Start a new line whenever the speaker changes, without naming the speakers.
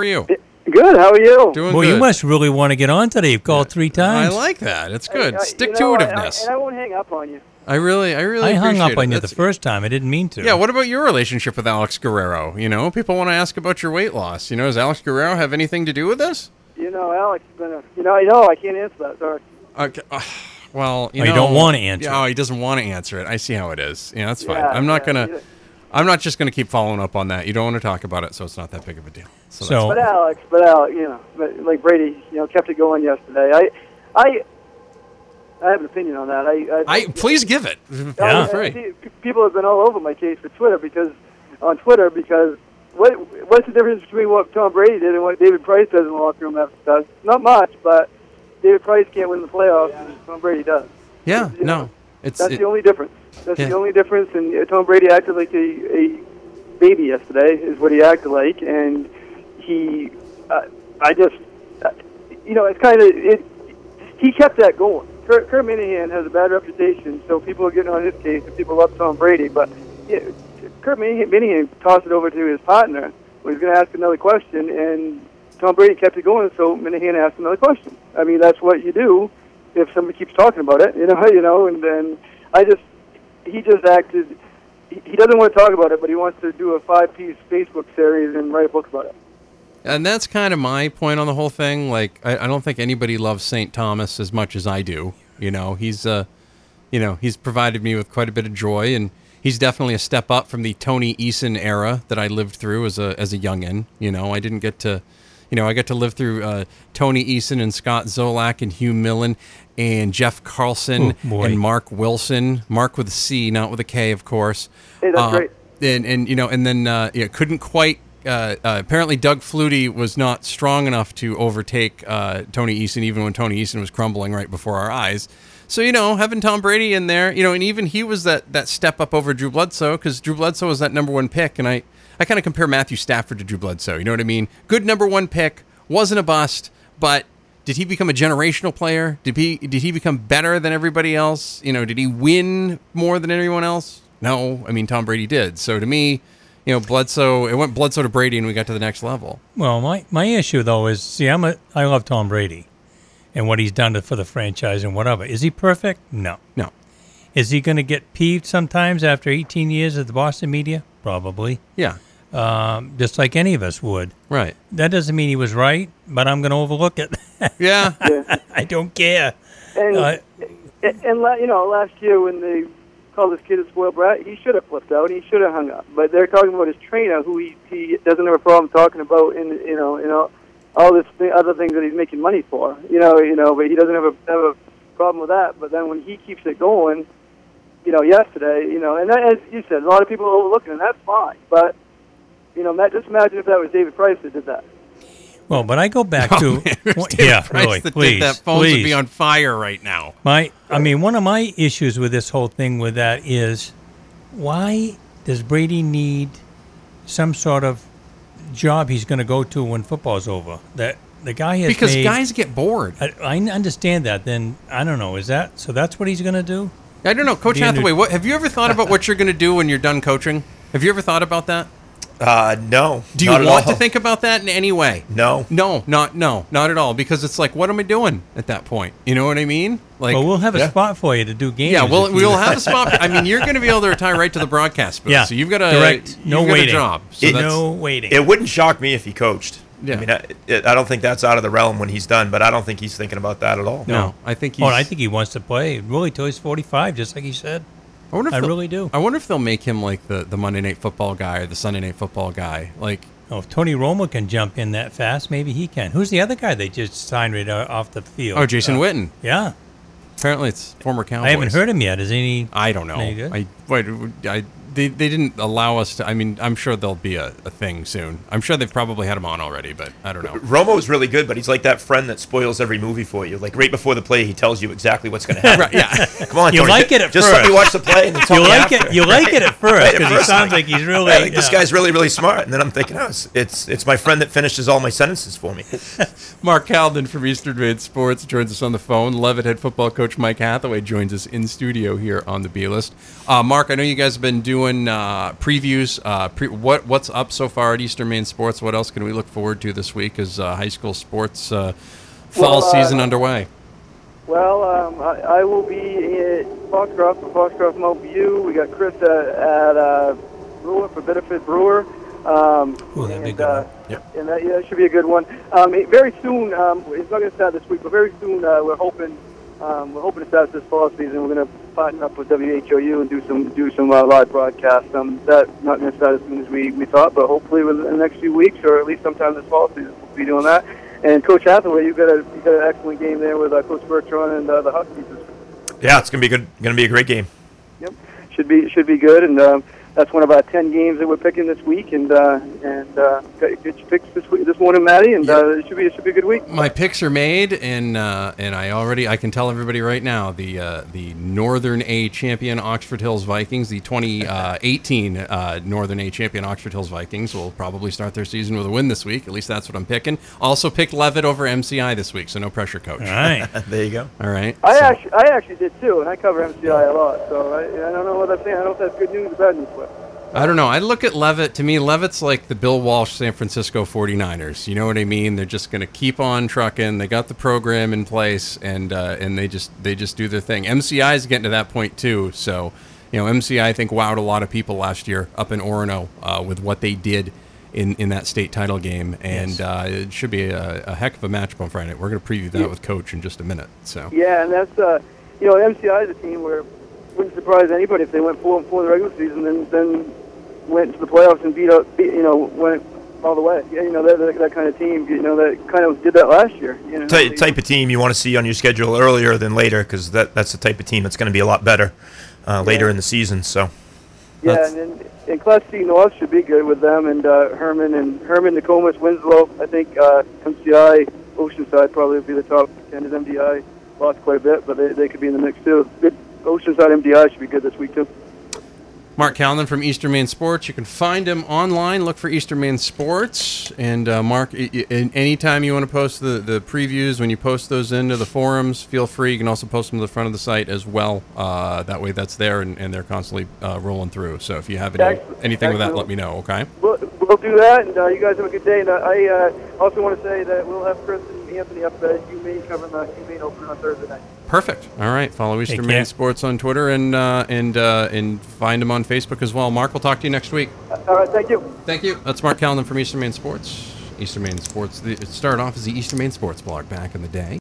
are you?
Good. How are you?
Doing
Well,
good.
you must really want to get on today. You've called three
I
times.
like that. It's
Hey,
good.
uh,
Stick
you know,
to
I-
itiveness.
I, and I won't hang up on you.
I, really, I really.
I hung
appreciate
up on
it.
you the
That's-
first time. I didn't mean to.
Yeah. What about your relationship with Alex Guerrero? You know, people want to ask about your weight loss. You know, does Alex Guerrero have anything to do with this?
You know, Alex has been a. You know, I know I can't answer that. Sorry.
Okay. uh, well, you
Oh, you
know,
don't wanna answer
Yeah, oh, he doesn't want to answer it. I see how it is. Yeah, that's fine.
Yeah,
I'm not
yeah,
gonna.
you-
I'm not just gonna keep following up on that. You don't want to talk about it, so it's not that big of a deal. So, that's-
So-
But Alex, but Alex, you know, but like Brady, you know, kept it going yesterday. I, I, I have an opinion on that. I, I,
I please give it.
Yeah.
Feel free.
see, p- people have been all over my case for Twitter because on Twitter because what what's the difference between what Tom Brady did and what David Price does in the locker room after does? Not much, but David Price can't win the playoffs, and Tom Brady does.
Yeah.
you know,
No. It's
That's
it-
the only difference. That's
Yeah.
the only difference. And uh, Tom Brady acted like a, a baby yesterday, is what he acted like. And he, uh, I just, uh, you know, it's kind of it. He kept that going. Kurt, Kurt Minahan has a bad reputation, so people are getting on his case, and people love Tom Brady. But yeah, Kurt Minahan, Minahan tossed it over to his partner. Well, he's going to ask another question, and Tom Brady kept it going, so Minahan asked another question. I mean, that's what you do if somebody keeps talking about it, you know, you know, and then I just he just acted he he doesn't want to talk about it, but he wants to do a five piece Facebook series and write a book about it.
And that's kind of my point on the whole thing. Like, I, I don't think anybody loves St. Thomas as much as I do. You know, he's uh, you know, he's provided me with quite a bit of joy, and he's definitely a step up from the Tony Eason era that I lived through as a as a youngin. You know, I didn't get to, you know, I got to live through uh, Tony Eason and Scott Zolak and Hugh Millen and Jeff Carlson
Oh, boy.
and Mark Wilson, Mark with a C, not with a K, of course Uh,
Hey, that's great.
and and you know, and then uh, yeah, couldn't quite. Uh, uh, apparently, Doug Flutie was not strong enough to overtake uh, Tony Eason, even when Tony Eason was crumbling right before our eyes. So you know, having Tom Brady in there, you know, and even he was that that step up over Drew Bledsoe because Drew Bledsoe was that number one pick, and I I kind of compare Matthew Stafford to Drew Bledsoe. You know what I mean? Good number one pick, wasn't a bust, but did he become a generational player? Did he did he become better than everybody else? You know, did he win more than anyone else? No, I mean Tom Brady did. So to me, you know, Bledsoe it went Bledsoe to Brady and we got to the next level.
Well, my, my issue though is see, I'm a I love Tom Brady, and what he's done to, for the franchise and whatever. Is he perfect? No.
No.
Is he going to get peeved sometimes after 18 years at the Boston media? Probably,
Yeah.
um, just like any of us would.
Right.
That doesn't mean he was right, but I'm going to overlook it.
Yeah.
I don't care.
And
Uh,
and, and la- you know, last year when they called this kid a spoiled brat, he should have flipped out. He should have hung up. But they're talking about his trainer, who he, he doesn't have a problem talking about, and you know, you know, all this th- other things that he's making money for. You know, you know, but he doesn't have a have a problem with that. But then when he keeps it going, you know, yesterday, you know, and that, as you said, a lot of people are overlooking, and that's fine. But you know, Matt, just imagine if that was David Price that did that.
Well, but I go back to yeah, really,
that
please,
did that phones
please.
would be on fire right now.
My, I mean, one of my issues with this whole thing with that is, why does Brady need some sort of job he's going to go to when football's over? That the guy has
Because
made-
guys get bored.
I, I understand that. Then I don't know. Is that so? That's what he's going to do?
I don't know, Coach
The end of-
Hathaway, what have you ever thought about what you're gonna do when you're done coaching? Have you ever thought about that?
Uh, no.
Do you
not at
want
all.
to think about that in any way?
No.
No, not no, not at all. Because it's like, what am I doing at that point? You know what I mean? Like,
well, we'll have a
yeah.
spot for you to do games.
yeah, we'll
if you-
we'll have a spot. I mean, you're going to be able to retire right to the broadcast booth.
Yeah,
so you've got a
direct,
you've
no
got
waiting.
a job. So
It-
that's,
no waiting.
It wouldn't shock me if he coached.
Yeah.
I mean, I, it, I don't think that's out of the realm when he's done, but I don't think he's thinking about that at all.
no, I think. He's,
oh, I think he wants to play really till he's forty-five, just like he said.
I, wonder if
I
they'll-
really do.
I wonder if they'll make him like the the Monday Night Football guy or the Sunday Night Football guy. Like,
Oh, if Tony Romo can jump in that fast, maybe he can. Who's the other guy they just signed right o- off the field?
oh, Jason
Uh,
Witten.
Yeah,
Apparently, it's former
Oh,
Cowboys.
I haven't heard him yet. Is any?
I don't know.
Any good?
I wait. I they, they didn't allow us to. I mean, I'm sure there'll be a, a thing soon. I'm sure they've probably had him on already, but I don't know.
Romo's really good, but he's like that friend that spoils every movie for you. Like right before the play, he tells you exactly what's going to happen.
Right, yeah.
Come on,
You
Tony,
like
ju-
it at
just
first.
let me watch the play and then tell
you
me
like
after.
it? You like it at first
Right, at
because he
first,
sounds
like-
like he's really.
Yeah, like this
yeah.
guy's really, really smart, and then I'm thinking, oh, it's, it's it's my friend that finishes all my sentences for me.
Mark Calden from Eastern Maine Sports joins us on the phone. Levitt head football coach Mike Hathaway joins us in studio here on the B List. Uh, Mark, I know you guys have been doing doing uh, previews. Uh, pre- what what's up so far at Eastern Maine Sports? What else can we look forward to this week as uh, high school sports uh, fall
Well, uh,
season underway?
Well, um, I, I will be at Foxcroft for Foxcroft Mountain View. We got Chris uh, at uh, Brewer for Benefit Brewer. Um,
Ooh, that'd be a
and,
good
uh,
one.
Yep.
And that, yeah, that should be a good one. Um, it- very soon, um, it's not going to start this week, but very soon uh, we're hoping um, we're hoping to start this fall season. We're going to partner up with WHOU and do some do some uh, live broadcasts. Um, that not going to start as soon as we, we thought, but hopefully within the next few weeks or at least sometime this fall season we'll be doing that. And Coach Hathaway, you got a you got an excellent game there with uh, Coach Bertrand and uh, the Huskies this
Yeah, it's gonna be good. Gonna be a great game.
Yep, should be should be good, and um, that's one of our ten games that we're picking this week. And uh, and uh, got your- get your picks this week, this morning, Maddie, and uh, it should be it should be a good week.
My picks are made, and uh, and I already I can tell everybody right now the uh, the Northern A champion Oxford Hills Vikings, the 2018 uh, Northern A champion Oxford Hills Vikings will probably start their season with a win this week. At least that's what I'm picking. Also picked Levitt over MCI this week, so no pressure, coach.
uh, All right.
There you go.
All right.
I
so-
actually I actually did too, and I cover MCI a lot, so I, I don't know what I'm saying. I don't know if that's good news or bad news, but
I don't know. I look at Levitt. To me, Levitt's like the Bill Walsh San Francisco 49ers. You know what I mean? They're just going to keep on trucking. They got the program in place, and uh, and they just they just do their thing. MCI is getting to that point too. So, you know, MCI I think wowed a lot of people last year up in Orono uh, with what they did in, in that state title game, and
Yes.
uh, it should be a, a heck of a matchup on Friday. We're going to preview that with Coach in just a minute. So.
yeah, and that's uh, you know MCI is a team where it wouldn't surprise anybody if they went four and four in the regular season, then then went to the playoffs and beat up beat, you know went all the way. Yeah, you know they're, they're that kind of team. You know that kind of did that last year. You know,
Ty-
They-
type of team you want to see on your schedule earlier than later because that, that's the type of team that's going to be a lot better uh, later
Yeah.
in the season. So
Yeah,
That's-
and then and Class C North should be good with them and uh, Herman and Herman, Nokomis, Winslow. I think uh, MCI, Oceanside probably would be the top contenders. MDI lost quite a bit, but they, they could be in the mix too. Good- Oceanside MDI should be good this week too.
Mark Callan from Eastern Maine Sports. You can find him online. Look for Eastern Maine Sports. And uh, Mark, i- i- in- anytime you want to post the, the previews, when you post those into the forums, feel free. You can also post them to the front of the site as well. Uh, that way, that's there and, and they're constantly uh, rolling through. So if you have any,
Excellent.
anything with that, let
Excellent.
me know. Okay.
We'll, we'll do that, and uh, you guys have a good day. And uh, I uh, also want to say that we'll have Chris and Anthony up uh, at UMaine covering the UMaine Open on Thursday night.
Perfect. All right. Follow Eastern
care.
Maine Sports on Twitter and uh, and uh, and find him on Facebook as well. Mark, we'll talk to you next week.
Uh, all right, thank you.
Thank you. That's Mark Callan from Eastern Maine Sports. Eastern Maine Sports. the- It started off as the Eastern Maine Sports blog back in the day.